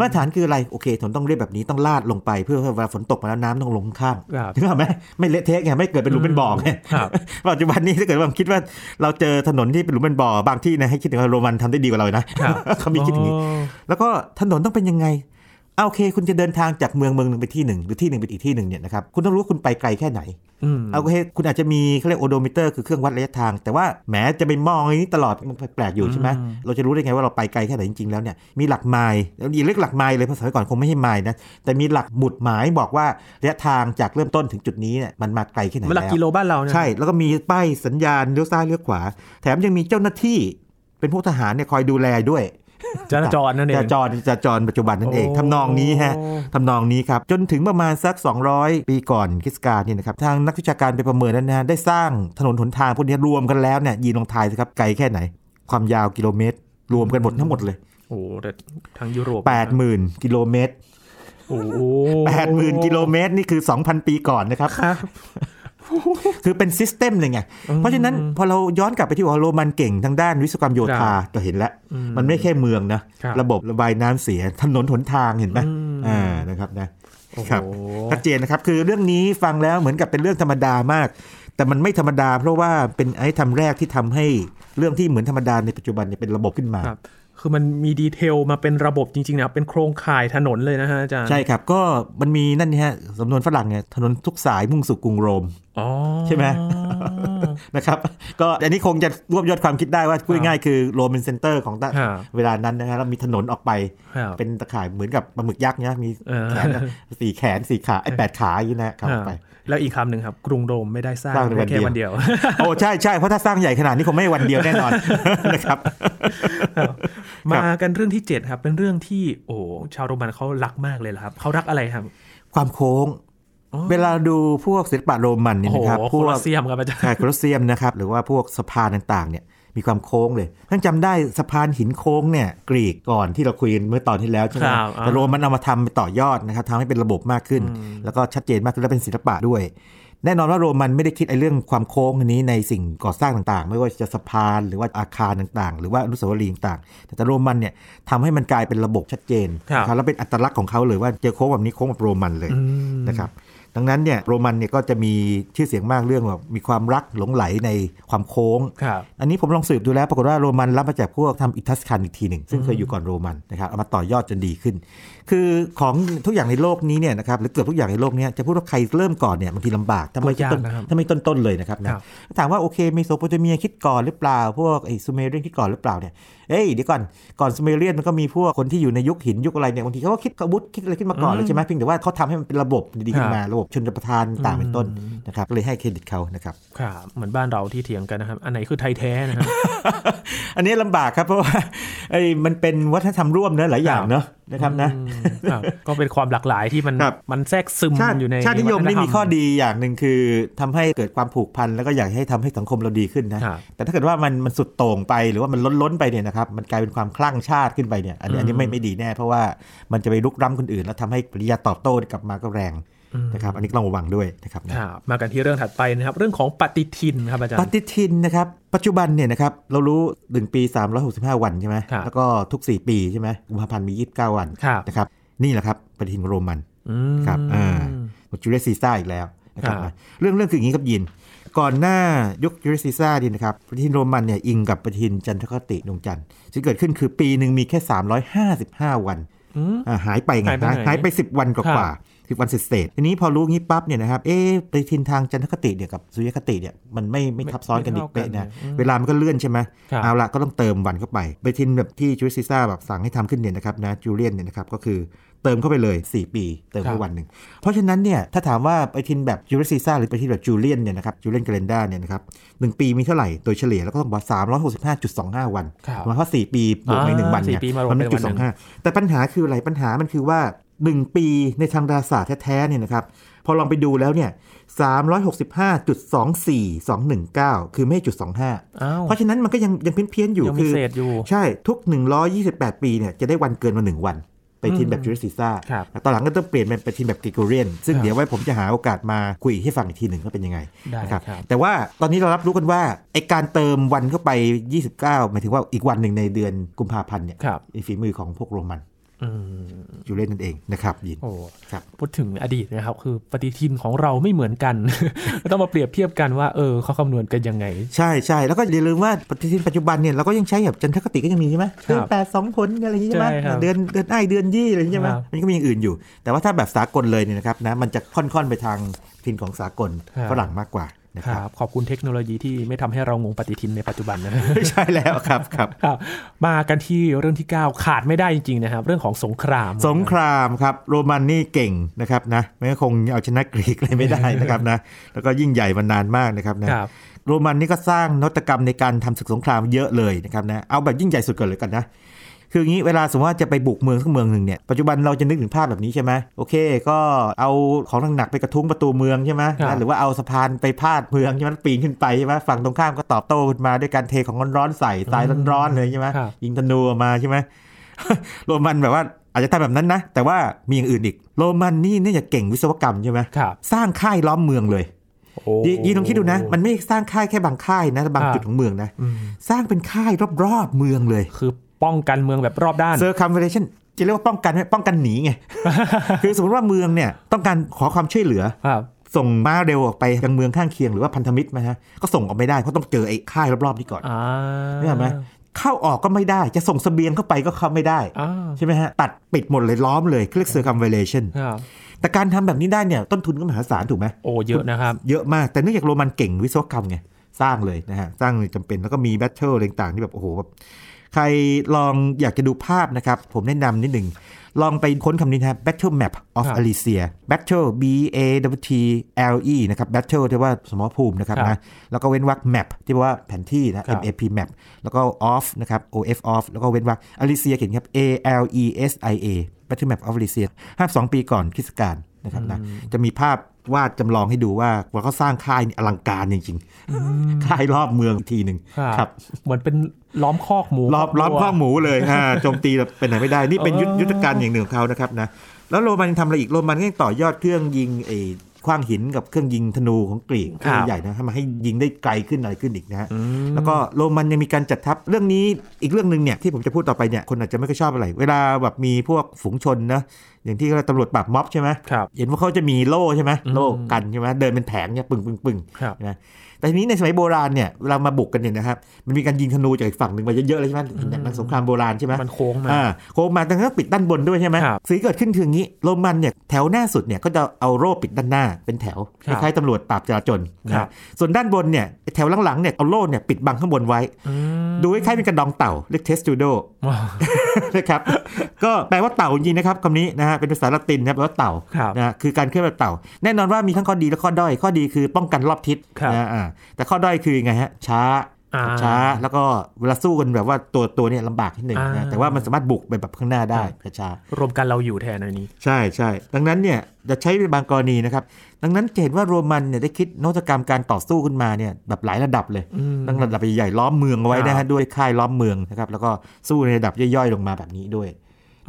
S2: มาตรฐานคืออะไร โอเคถนนต้องเรียบแบบนี้ต้องลาดลงไปเพื่อเวลาฝนตกมาแล้วน้ำต้องลงข้าง
S1: ครับ
S2: นึกออกไหมไม่เละเทะไงไม่เกิดเป็นหลุมเป็นบ่อไง
S1: ครับ
S2: ปัจจุบันนี้ถ้าเกิดว่าผมคิดว่าเราเจอถนนที่เป็นหลุมเป็นบ่อบางที่นะให้คิดถึงว่าโรมันทำได้ดีกว่าเรานะ
S1: ครับ
S2: เขามีคิดอย่างนี้ แล้วก็ถนนต้องเป็นยังไงเอาโอเค คุณจะเดินทางจากเมืองเมืองหนึ่งไปที่หนึ่งหรือที่หนึ่งไปอีกที่หนึ่งเนี่ยนะครับคุณต้องรู้ว่าคุณไปไกลแค่ไหน
S1: อืม
S2: เอาโอเคคุณอาจจะมีเขาเรียกโอโดมิเตอร์คือเครื่องวัดระยะทาง แต่ว่าแหมจะไปมองอย่างนี้ตลอดมันแปลกๆอยู่ใช่ไหมเราจะรู้ได้ไงว่าเราไปไกลแค่ไหนจริงๆแล้วเนี่ยมีหลักไมล์แล้วอีกเรียกหลักไมล์เลยภาษาก่อนคงไม่ใช่ไมล์นะแต่มีหลักหมุดหมายบอกว่าระยะทางจากเริ่มต้นถึงจุดนี้เนี่ยมันมาไกลแค่ไหน
S1: มันหลัก
S2: แล้ว
S1: กิโลบ้านเรานะ
S2: ใช่ แล้วก็มีป้ายสัญญาณเลี้ยวซ้ายเลี้ยวขวา แถมยังมีเจ้าหน้าที่เป็นพวกทหารเนี่ยคอยดูแลด้วย
S1: จราจรนั่นเอง
S2: จราจรจราจรปัจจุบันนั่นเอง
S1: โอ้
S2: ทำนองนี้ฮะทำนองนี้ครับ จนถึงประมาณสัก 200 ปีก่อนคริสต์กาลเนี่ยนะครับทางนักวิชาการไปประเมินนั้นนะฮะได้สร้างถนนหนทางพวกนี้รวมกันแล้วเนี่ยยีนลองทายสิครับไกลแค่ไหน ความยาวกิโลเมตร รวมกันหมดทั้งหมดเลย
S1: โอ้โหแต่ทางยุโรป
S2: 80,000 กิโลเมตร
S1: โอ้โห
S2: 80,000 กิโลเมตรนี่คือ 2,000 ปีก่อนนะครับ
S1: ครับ
S2: คือเป็นซิสเต็มเลยไง เพราะฉะนั้นพอเราย้อนกลับไปที่ว่าโรมันเก่งทางด้านวิศวกรรมโยธาเราเห็นแล้ว มันไม่แค่เมืองนะ
S1: ครับ
S2: ระบบระบายน้ำเสียถนนหนทางเห็นไหมอ่านะครับนะ
S1: โอ้โห
S2: ครับชัดเจนนะครับ คือเรื่องนี้ฟังแล้วเหมือนกับเป็นเรื่องธรรมดามาก แต่มันไม่ธรรมดา เพราะว่าเป็นไอ้ทำแรกที่ทำให้เรื่องที่เหมือนธรรมดาในปัจจุบันเนี่ยเป็นระบบขึ้นมา
S1: ครับ คือมันมีดีเทลมาเป็นระบบจริงๆนะเป็นโครงข่ายถนนเลยนะฮะอาจารย์
S2: ใช่ครับก็มันมีนั่นนี่ฮะสำนวนฝรั่งเนี่ยถนนทุกสายมุ่งสู่กรุงโรม
S1: อ๋อ
S2: ใช่ไหม นะครับ ก็อันนี้คงจะรวบยอดความคิดได้ว่าพูดง่ายๆคือโรมันเซนเตอร์ของตะ
S1: ฮะ
S2: เวลานั้นนะฮะแล้วมีถนนออกไป
S1: ครับ
S2: เป็นตะข่ายเหมือนกับปลาหมึกยักษ์เนี่ยมี
S1: เออ
S2: แขน นะสี่แขนสี่ขาไอ้แปดขาอย่างนี้นะครับ
S1: อ่า
S2: ไป
S1: แล้วอีกคำหนึ่งครับ กรุงโรมไม่ได้สร้าง
S2: สร้างในวัน
S1: แค่
S2: เดียว
S1: วันเดียว
S2: โอ้ใช่ใช่เพราะถ้าสร้างใหญ่ขนาดนี้คงไม่วันเดียวแน่น อน นะครับ
S1: มากันเรื่องที่ 7 ครับ เป็นเรื่องที่โอ้โหชาวโรมันเขารักมากเลยล่ะครับเขารักอะไรครับ
S2: ความโค้ง
S1: อ๋อ
S2: เวลาดูพวกศิลปะโรมัน
S1: โอ้
S2: เนี่ย
S1: โห
S2: นะครับ
S1: โค
S2: พว
S1: ลอก เซียมครับอาจารย์
S2: ใช่โคลอสเซียมนะครับหรือว่าพวกสะพานต่างๆเนี่ยมีความโค้งเลยท่านจำได้สะพานหินโค้งเนี่ยกรีกก่อนที่เราคุยกันเมื่อตอนที่แล้วใช่ไหม
S1: ครับ
S2: แต่โรมันเอามาทำไปต่อยอดนะครับทำให้เป็นระบบมากขึ้น แล้วก็ชัดเจนมากขึ้นและเป็นศิลปะด้วย แน่นอนว่าโรมันไม่ได้คิดไอ้เรื่องความโค้งอันนี้ในสิ่งก่อสร้างต่างๆ ไม่ว่าจะสะพานหรือว่าอาคารต่างๆ หรือว่าอนุสาวรีย์ต่างๆ แต่โรมันเนี่ยทำให้มันกลายเป็นระบบชัดเจน
S1: ครับ
S2: นะแล้วเป็นอัตลักษณ์ของเขาเลยว่าเจอโค้งแบบนี้โค้งแบบโรมันเลย
S1: อืม
S2: นะครับดังนั้นเนี่ยโรมันเนี่ยก็จะมีชื่อเสียงมากเรื่องแบบมีความรักหลงไหลในความโค้ง
S1: ครับ
S2: อันนี้ผมลองสืบดูแล้วปรากฏว่าโรมันรับมาจากพวกทำอิทัสคันอีกทีหนึ่ง ซึ่งเคยอยู่ก่อนโรมันนะครับเอามาต่อยอดจนดีขึ้น คือของทุกอย่างในโลกนี้เนี่ยนะครับหรือเกือบทุกอย่างในโลกเนี้จะพูดว่าใครเริ่มก่อนเนี่ยบางทีลำบากถ้าไม่
S1: พูดยาก
S2: ต้น
S1: นะครับ
S2: ถ้าไม่ต้นต้นๆเลยนะครับนะครับ ถามว่าโอเคมีโซโปรตเมียคิดก่อนหรือเปล่า พวกไอ้ซูเมเรียนคิดก่อนหรือเปล่าเนี่ยเอ้ยเดี๋ยวก่อนก่อนซูเมเรียนมันก็มีพวกคนที่อยู่ในยุคหินยุคอะไรเนี่ยบางทีเขาก็คิดอาวุธคิดอะไรขึ้นมาก่อนเลยใช่ไหมเพียงแต่ว่าเขาทำให้มันเป็นระบบดีๆขึ้นมาระบบชนประทานต่างเป็นต้นนะครับก็เลยให้เครดิตเขานะครับ
S1: ครับ เหมือนบ้านเราที่เถียงกันนะครับ อันไหนคือไทยแท้นะครับ
S2: อันนี้ลำบากครับเพราะว่า ไอ้มันเป็นวัฒนธรรมร่วมเนอะหลายอย่างเนอะนะครับนะ
S1: อืมครับก็เป็นความหลากหลายที่มัน
S2: ครับ
S1: มันแทรกซึม
S2: ชาติ
S1: อยู่ใน
S2: ชาตินิยม
S1: วั
S2: นี่
S1: ฒธรร
S2: มีข้อดีอย่างหนึ่งคือทำให้เกิดความผูกพันแล้วก็อยากให้ทำให้สังคมเราดีขึ้นนะครับ แต่ถ้าเกิดว่ามันมันสุดโต่งไปหรือว่ามันล้นล้นไปเนี่ยนะครับมันกลายเป็นความคลั่งชาติขึ้นไปเนี่ยอันนี้อันนี้ไม่ไม่ดีแน่ เพราะว่ามันจะไปลุกล้ำคนอื่น แล้วทำให้ปริยาตอบโต้กลับมาก็แรงนะครับอันนี้ต้องระวังด้วยนะครับนะ
S1: ครับมากันที่เรื่องถัดไปนะครับ เรื่องของปฏิทินครับอาจาร
S2: ป
S1: ย์
S2: ฏิทินนะครับปัจจุบันเนี่ยนะครับเรารู้ 1 ปี 365 วันใช่ไหม
S1: ครับ
S2: แล้วก็ทุก 4 ปีใช่ไหมกุมภาพันธ์มี 29 วัน
S1: ครับ
S2: นะครับนี่แหละครับปฏิทินโรมัน
S1: อืม
S2: ครับอ่าจูเลียสซีซ่าอีกแล้วนะครับ
S1: ครับ
S2: เรื่องเรื่องคืออย่างนี้ครับยิน ก่อนหน้ายุคจูเลียสซีซ่าดีนะครับปฏิทินโรมันเนี่ยอิงกับปฏิทินจันทรคติดวงจันทร์ที่งเกิดขึ้นคือปีหนึ่งมีแค่ 355 วัน
S1: อืม
S2: อ่าหายไปไง
S1: หายไปไหน
S2: หายไป 10 วันก
S1: ครั
S2: ว่า
S1: บ
S2: ๆสิบวันเสร็จๆทีนี้พอรู้งี้ปั๊บเนี่ยนะครับเอ๊ะปฏิทินทางจันทรคติเนี่ยกับสุริยคติเนี่ยมันไม่ไม่ทับซ้อนกัน
S1: ไม่
S2: ดิ
S1: เท่ากัน
S2: เป๊ะนะ
S1: อืม
S2: เวลามันก็เลื่อนใช่ไหม
S1: ครับ
S2: เอาละก็ต้องเติมวันเข้าไปปฏิทินแบบที่จูเลียสซีซ่าแบบสั่งให้ทำขึ้นเนี่ยนะครับนะจูเลียนเนี่ยนะครับก็คือเติมเข้าไปเลย 4 ปีเติมเข้าวันหนึ่งเพราะฉะนั้นเนี่ยถ้าถามว่าปฏิทินแบบจูเลียสซีซ่าหรือปฏิทินแบบจูเลียนเนี่ยนะครับจูเลียนกาเลนด้าเนี่ยนะครับหนึ่งปีมีเท่าไหร่โดยเฉลี่ยแล้วก็ต้องบอก365.25 วัน
S1: ครับ
S2: หมายความว่าสี่ปีบวกไปหนึ่งวันเนี่ย
S1: อ่าสี่ปีมารวม
S2: มันไม่
S1: เป็น
S2: จุ
S1: วันห
S2: ดส
S1: นึ่
S2: อง งห้า แต่ปัญหาคืออะไรปัญหามันคือว่า 1 ปีในทางดาราศาสตร์แท้ๆเนี่ยนะครับ พอลองไปดูแล้วเนี่ย365.24219 คือไม่จุด25
S1: อ้าว
S2: เพราะฉะนั้นมันก็ยังยังเพี้ยนๆอยู่
S1: ยังมี
S2: คือ
S1: เศษอยู่
S2: ใช่ทุก 128 ปีเนี่ยจะได้วันเกินมา 1 วัน ไปทินแบบจูเลสซีซ่า
S1: ครับ
S2: ตอนหลังก็ต้องเปลี่ยนเป็นไปทินแบบกรกเรียน ซึ่ง
S1: ครับ
S2: เดี๋ยวไว้ผมจะหาโอกาสมาคุยให้ฟังอีกทีหนึ่งว่าเป็นยังไง
S1: ได้
S2: นะครับ แต่ว่าตอนนี้เรารับรู้กันว่าไอการเติมวันเข้าไป 29 หมายถึงว่าอีกวันหนึ่งในเดือนกุมภาพันธ์เนี่ย
S1: ครับ
S2: ไอ้ฝีมือของพวกโรมัน
S1: อืม
S2: อยู่เล่นนั่นเองนะครับยิน
S1: โอ้
S2: ครับ
S1: พูดถึงอดีตนะครับ คือปฏิทินของเราไม่เหมือนกัน ต้องมาเปรียบเทียบกันว่า เออเขาคำนวณกันยังไง
S2: ใช่ใช่แล้วก็อย่าลืมว่าปฏิทินปัจจุบันเนี่ยเราก็ยังใช้แบบจันทคติก็ยังมีใช่ไหมเดือนแปดสองผลอะไรอย่างนี้ใช่ไหม
S1: ใช่ครับ
S2: เดือนเดือนไอายเดือนยี่อะไรอย่างนี้ใช่ไหม
S1: ครับ
S2: มันก็มีอย่างอื่นอยู่ แต่ว่าถ้าแบบสากลเลยเนี่ยนะครับนะมันจะค่อนๆไปทางทินของสากลฝรั่งมากกว่านะ
S1: ค
S2: ครับ
S1: รับ ขอบคุณเทคโนโลยีที่ไม่ทำให้เรางงปฏิทินในปัจจุบันนะ
S2: ใช่แล้วครับ ครับ
S1: ครับมากันที่เรื่องที่ 9 ขาดไม่ได้จริงๆนะครับ เรื่องของสงคราม
S2: สงครามครับโรมันนี่เก่งนะครับนะไม่งั้นคงเอาชนะกรีกเลยไม่ได้นะครับนะแล้วก็ยิ่งใหญ่มานานมากนะครับนะ
S1: ครับ
S2: โรมันนี่ก็สร้างนวัตกรรมในการทำศึกสงครามเยอะเลยนะครับนะ เอาแบบยิ่งใหญ่สุดก่อนเลยกันนะ คืออย่างนี้เวลาสมมติว่าจะไปบุกเมืองสักเมืองหนึ่งเนี่ย ปัจจุบันเราจะนึกถึงภาพแบบนี้ใช่ไหมโอเค ก็เอาของหนักๆไปกระทุ้งประตูเมืองใช่ไหม
S1: ครับ
S2: หรือว่าเอาสะพานไปพาดเมืองใช่ไหมปีนขึ้นไปใช่ไหมฝั่งตรงข้ามก็ตอบโต้ขึ้นมาด้วยการเทของร้อนๆใส่ทรายร้อนๆเลยใช่ไหม
S1: ครับ
S2: ยิงธนูออกมาใช่ไหม โรมันแบบว่าอาจจะทำแบบนั้นนะ แต่ว่ามีอย่างอื่นอีก โรมันนี่เนี่ยจะเก่งวิศวกรรมใช่ไหม
S1: ครับ
S2: สร้างค่ายล้อมเมืองเลย
S1: โอ้
S2: ยยีลองคิดดูนะ มันไม่สร้างค่ายแค่บางค่ายนะบาง
S1: อ่า
S2: จุดของเมืองนะ
S1: อืม
S2: สร้างเป็นค่ายรอบๆเมืองเลย
S1: คือป้องกันเมืองแบบรอบด้าน
S2: c i r c u m v a l l a t i o n จะเรียกว่าป้องกันไหมป้องกันหนีไง คือสมมติว่าเมืองเนี่ยต้องการขอความช่วยเหลือ
S1: ครับ
S2: ส่งม้าเร็วออกไปยังเมืองข้างเคียงหรือว่าพันธมิตรนะฮะก็ส่งออกไม่ได้เพราะต้องเจอไอ้ค่ายรอบๆนี้ก่อน
S1: อ่า
S2: นี่ไหมเข้าออกก็ไม่ได้จะส่งเสบียงเข้าไปก็เข้าไม่ได้
S1: อ่า
S2: ใช่ไหมฮะตัดปิดหมดเลยล้อมเลยเรียก circumvallation
S1: ครับ
S2: แต่การทำแบบนี้ได้เนี่ยต้นทุนก็มหาศาลถูกไหม
S1: โอ้เยอะนะครับ
S2: เยอะมาก แต่เนื่องจากโรมันเก่งวิศวกรรมไง สร้างเลยนะฮะ สร้างจำเป็นแล้วก็มีแบทเทิลอะไรต่างๆที่แบบ โอ้โหแบบใครลองอยากจะดูภาพนะครับ ผมแนะนำนิดหนึ่ง ลองไปค้นคำนี้นะครับ Battle Map of
S1: ครับ
S2: Alicia Battle B A W T L E นะครับ Battle ที่ว่าสมรภูมินะครับ
S1: ครับ
S2: นะแล้วก็เว้นวรรค map ที่แปลว่าแผนที่นะ
S1: ครับ
S2: M A P map แล้วก็ off นะครับ O F off แล้วก็เว้นวรรค Alicia เขียนครับ A L E S I A Battle Map of Alicia 52 ปีก่อนคริสตกาลนะครับนะจะมีภาพวาดจำลองให้ดูว่าว่าเขาสร้างค่ายนี่อลังการจริงๆ ค่ายรอบเมืองอีกทีหนึ่ง
S1: ครับเหมือนเป็นล้อมคอกหมู
S2: รอบรอบ
S1: วัว
S2: ข้อหมูเลยฮะโจมตีแบบเป็นไหนไม่ได้ นี่เป็นยุทธ
S1: เออ
S2: ยุทธการอย่างหนึ่งของเขานะครับนะแล้วโรมันยังทำอะไรอีกโรมันก็ยังต่อยอดเครื่องยิงไอ้ขว้างหินกับเครื่องยิงธนูของกรีกเครื่องใหญ่นะทำให้ยิงได้ไกลขึ้นอะไรขึ้นอีกนะฮะ
S1: อืม
S2: แล้วก็โรมันยังมีการจัดทัพเรื่องนี้อีกเรื่องหนึ่งเนี่ยที่ผมจะพูดต่อไปเนี่ยคนอาจจะไม่ค่อยชอบอะไร เวลาแบบมีพวกฝูงชนนะอย่างที่ตำรวจปราบม็อบใช่ไหม
S1: ครับ
S2: เห็นว่าเขาจะมีโล่ใช่ไหม
S1: อืม
S2: โล่กันใช่ไหมเดินเป็นแผงเนี่ยปึ้งปึ้งปึ้ง
S1: ครับ
S2: ใช่ไหมแต่ทีนี้ในสมัยโบราณเนี่ยเวลามาบุกกันเนี่ยนะครับมันมีการยิงธนูจากอีกฝั่งหนึ่งมาเยอะๆเลยใช่ไหมเห็นหนังสงครามโบราณใช่ไหม
S1: มันโค้งมา
S2: อ่าโคมาแต่ก็ปิดด้านบนด้วยใช่ไหม
S1: ครับ
S2: สีเกิดขึ้นคืออย่างนี้โรมันเนี่ยแถวหน้าสุดเนี่ยก็จะเอาโร่ปิดด้านหน้าเป็นแถว
S1: ค
S2: ครับ ล้ายๆตำรวจปราบจราจร
S1: ครั
S2: นะ
S1: บ
S2: ส่วนด้านบนเนี่ยแถวหลังๆเนี่ยเอาโล่เนี่ยปิดบังข้างบนไว้
S1: อืม
S2: ดูคล้ายๆเป็นกระดองเต่าเรียกเทสตูโด นะครับ ก็แปลว่าเต่าจริงๆนะครับคำนี้นะฮะเป็นภาษาละตินนะครับแปลว่าเต่า
S1: ครับ
S2: นะฮะคือการเคลื่อนแบบเต่า แน่นอนว่ามีทั้งข้อดีและข้อด้อย ข้อดีคือป้องกันรอบทิศ
S1: ครับ
S2: นะอ่าแต่ข้อด้อยคือยังไงฮะช้า
S1: อ่า
S2: ช้าแล้วก็เวลาสู้กันแบบว่าตัวตัวเนี่ยลำบากนิดหนึ่ง
S1: อ่า
S2: นะแต่ว่ามันสามารถบุกไปแบบข้างหน้าได้
S1: ครับ
S2: ช้าร
S1: วมกันเราอยู่แทนอันนี้
S2: ใช่ใช่ดังนั้นเนี่ยจะใช้ในบางกรณีนะครับ ดังนั้นจะเห็นว่าโรมันเนี่ยได้คิดนวัตกรรมการต่อสู้ขึ้นมาเนี่ยแบบหลายระดับเลย
S1: อืม
S2: ตั้งระดับใหญ่ๆล้อมเมืองเอาไว้
S1: ค
S2: นะ
S1: รั
S2: ฮะ
S1: บ
S2: ด้วยค่ายล้อมเมืองนะครับแล้วก็สู้ในระดับย่อยๆลงมาแบบนี้ด้วย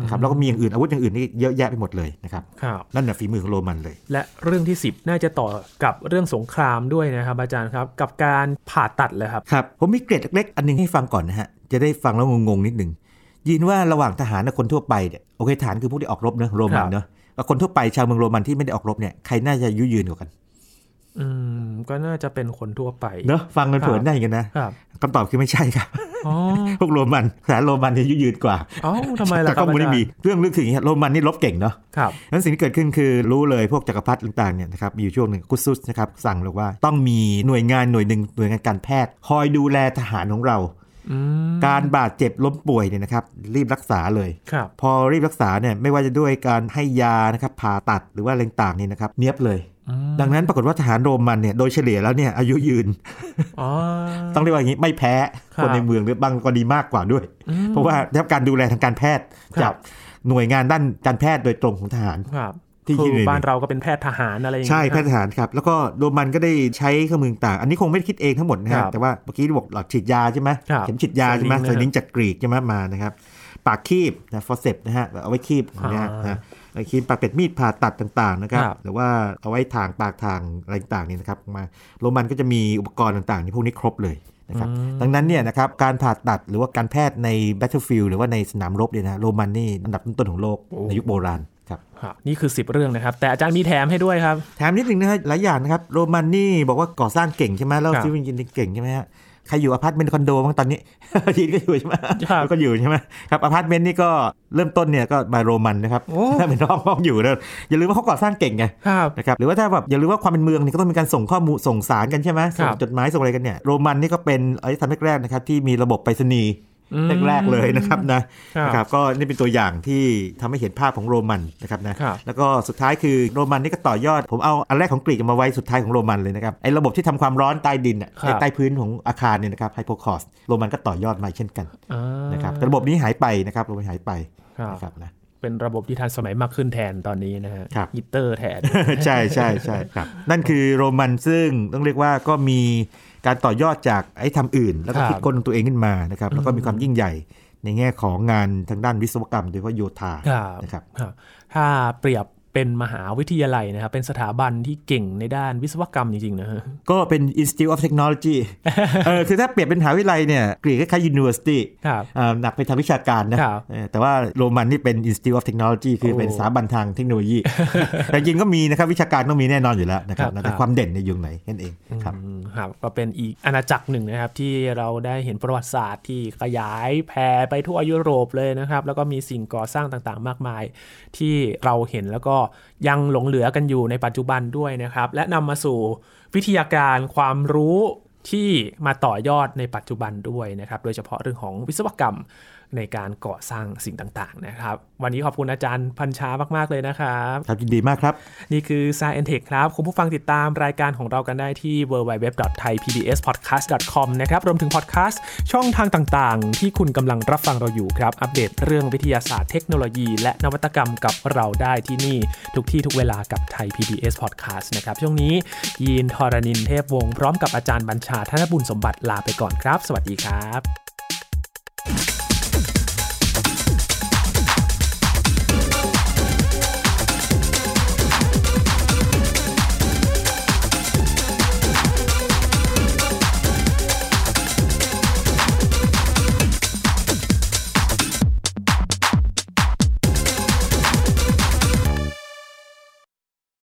S2: นะครับแล้วก็มีอย่างอื่นอาวุธอย่างอื่นนี่เยอะแยะไปหมดเลยนะครับ
S1: ครับ
S2: นั่นแหะฝีมือของโรมันเลย
S1: และเรื่องที่ 10 น่าจะต่อกับเรื่องสงครามด้วยนะครับอาจารย์ครับ กับการผ่าตัดเลยครับ
S2: ครับผมมีเกร็ดเล็กๆ อันหนึงให้ฟังก่อนนะฮะ จะได้ฟังแล้วงงๆนิดหนึ่งยินว่าระหว่างทหารกับคนทั่วไปเนี่ยโอเคทหารคือผู้ที่ออกรบเนอะโรมั
S1: ครั
S2: น
S1: บ
S2: เนอะกับคนทั่วไปชาวเมืองโรมันที่ไม่ได้ออกรบเนี่ยใครน่าจะอายุยืนกว่ากัน
S1: อืมก็น่าจะเป็นคนทั่วไป
S2: เนอะฟังกันเผินได้กันนะครับคำตอบคือไม่ใช่ครับ
S1: อ๋อ
S2: พวกโรมันทหารโรมันเนี่ยอายุยืนกว่า
S1: เอ้าทำไมล่ะ
S2: แต่
S1: ครั
S2: ข้
S1: บ
S2: อมูล
S1: อาจาร
S2: ที่มี
S1: ย์
S2: เรื่องลึกถึงอย่างเงี้ยโรมันนี่รบเก่งเนอะ
S1: ครับ
S2: นั้นสิ่งที่เกิดขึ้นคือรู้เลยพวกจักรพรรดิต่างๆเนี่ยนะครับมีอยู่ช่วงหนึ่งกุซุสนะครับสั่งเลยว่าต้องมีหน่วยงานหน่วยหนึ่งหน่วยงานการแพทย์ คอยดูแลทหารของเรา
S1: อืม
S2: การบาดเจ็บล้มป่วยเนี่ยนะครับรีบรักษาเลย
S1: ครับ
S2: พอรีบรักษาเนี่ยไม่ว่าจะด้วยการให้ยานะครับผ่าตัดหรือว่าอะไรต่างๆเนี่ยนะครับเนียบเลย
S1: อืม
S2: ดังนั้นปรากฏว่าทหารโรมันเนี่ยโดยเฉลี่ยแล้วเนี่ยอายุยืน
S1: อ๋อ
S2: ต้องเรียกว่าอย่างนี้ไม่แพ้
S1: ครับ
S2: คนในเมืองหรือบางกรณีมากกว่าด้วย
S1: อืม
S2: เพราะว่าได้รับการดูแลทางการแพทย์
S1: ครับ
S2: จากหน่วยงานด้านการแพทย์โดยตรงของทหาร
S1: ครับ
S2: ที่
S1: ที่
S2: ยืนอยู่
S1: บ้านเราก็เป็นแพทย์ทหารอะไรอย่าง
S2: ใช่
S1: เงี้ย
S2: แพทย์ทหารครับ แล้วก็โรมันก็ได้ใช้เครื่องมือต่าง อันนี้คงไม่ได้คิดเองทั้งหมดนะ
S1: ครั
S2: ฮะ
S1: บ
S2: แต่ว่าเมื่อกี้ที่บอกหลักฉีดยาใช่ไหม
S1: ครับ
S2: เข็มฉีดยาใช่ไหม
S1: สลิงนะฮะ
S2: สลิงจากกรีกใช่ไหมมานะครับปากคีบนะฟอเซปนะฮะเอาไว้คีบอย่างเงี้ย
S1: อ่า
S2: นะไอ้คีบปากเป็ดมีดผ่าตัดต่างๆนะครับ
S1: ครับ
S2: หรือว่าเอาไว้ทางปากทางอะไรต่างๆเนี่ยนะครับมาโรมันก็จะมีอุปกรณ์ต่างๆนี่พวกนี้ครบเลย นะครับดังนั้นเนี่ยนะครับการผ่าตัดหรือว่าการแพทย์ใน battlefield หรือว่าในสนามรบเนี่ยนะโรมันนี่อันดับต้นๆของโลกในยุคโบราณครับ
S1: ฮะนี่คือ 10 เรื่องนะครับ แต่อาจารย์มีแถมให้ด้วยครับ
S2: แถมนิดหนึ่งนะฮะหลายอย่างนะครับโรมันนี่บอกว่าก่อสร้างเก่งใช่ไหมแล้ว
S1: ครับ
S2: ซิวินยินเก่งใช่ไหมฮะใครอยู่อพาร์ตเมนต์คอนโดบ้างตอนนี้ ยินก็อยู่ใช่ไหม
S1: ครับ
S2: ก็อยู่ใช่ไหมครับอพาร์ตเมนต์นี่ก็เริ่มต้นเนี่ยก็บายโรมันนะครับ
S1: โอ้
S2: เป็น ห้องห้องอยู่นะอย่าลืมว่าเขาก่อสร้างเก่งไง
S1: ครับ
S2: นะครับหรือว่าถ้าแบบอย่าลืมว่าความเป็นเมืองเนี่ยก็ต้องมีการส่งข้อมูลส่งสารกันใช่ไหม
S1: ครั
S2: ส่ง
S1: บ
S2: จดหมายส่งอะไรกันเนี่ยโรมันนี่ก็เป็นอารยธรรมแรกๆนะครับที่มีระบบไปรษณีย์แรกๆเลยนะครับนะ
S1: ครับ
S2: นะครับก็นี่เป็นตัวอย่างที่ทำให้เห็นภาพของโรมันนะครับนะครับ แล้วก็สุดท้ายคือโรมันนี่ก็ต่อยอด ผมเอาอันแรกของกรีกมาไว้สุดท้ายของโรมันเลยนะครับไอ้ระบบที่ทำความร้อนใต้ดินอะ
S1: ครับ
S2: ใต้พื้นของอาคารเนี่ยนะครับไฮโปคอสโรมันก็ต่อยอดมาเช่นกัน
S1: อ่า
S2: นะครับแต่ระบบนี้หายไปนะครับโรมันหายไป
S1: ครับ
S2: นะครับนะ
S1: เป็นระบบที่ทันสมัยมากขึ้นแทนตอนนี้นะฮะ
S2: ครับ
S1: ยิตเตอร์แท น
S2: ใช่ใช่ใช่ครับนั่นคือโรมันซึ่งต้องเรียกว่าก็มีการต่อยอดจากไอ้ทำอื่น แล้วก็
S1: ครับ
S2: คิดค้นของตัวเองขึ้นมานะครับแล้วก็มีความยิ่งใหญ่ในแง่ของงานทางด้านวิศวกรรมโดยเฉพาะโยธา
S1: ครับ
S2: นะครับ
S1: ครับถ้าเปรียบเป็นมหาวิทยาลัยนะครับ เป็นสถาบันที่เก่งในด้านวิศวกรรมจริงๆนะฮะ
S2: ก็เป็น Institute of Technology เออคือถ้าเปรียบเป็นมหาวิทยาลัยเนี่ยกรีกคล้ายๆ University
S1: ครับ
S2: อ่าหนักไปทางวิชาการนะครับ เออแต่ว่าโรมันนี่เป็น Institute of Technology คือเป็น
S1: โอ้
S2: สถาบันทางเทคโนโลยี แต่จริงก็มีนะครับ วิชาการต้องมีแน่นอนอยู่แล้วนะครับ
S1: ครับ
S2: แต่ความเด่นเนี่ยอยู่ไหนนั่นเองครับ
S1: อืมครับก็เป็นอีกอาณาจักรหนึ่งนะครับ ที่เราได้เห็นประวัติศาสตร์ที่ขยายแผ่ไปทั่วยุโรปเลยนะครับ แล้วก็มีสิ่งก่อสร้างต่างๆ มากมาย ที่เราเห็นแล้วก็ยังหลงเหลือกันอยู่ในปัจจุบันด้วยนะครับ และนำมาสู่วิทยาการความรู้ที่มาต่อยอดในปัจจุบันด้วยนะครับ โดยเฉพาะเรื่องของวิศวกรรมในการก่อสร้างสิ่งต่างๆนะครับ วันนี้ขอบคุณอาจารย์พันชามากๆเลยนะครับ
S2: ครับยินดีมากครับ
S1: นี่คือ Science Tech ครับ คุณผู้ฟังติดตามรายการของเรากันได้ที่ www.thaipbspodcast.com นะครับ รวมถึงพอดแคสต์ช่องทางต่างๆ ที่คุณกำลังรับฟังเราอยู่ครับ อัปเดตเรื่องวิทยาศาสตร์เทคโนโลยี และนวัตกรรมกับเราได้ที่นี่ ทุกที่ทุกเวลากับ Thai PBS Podcast นะครับ ช่วงนี้ยีนทรณินเทพวงศ์พร้อมกับอาจารย์บัญชาธนบุญสมบัติลาไปก่อนครับ สวัสดีครับ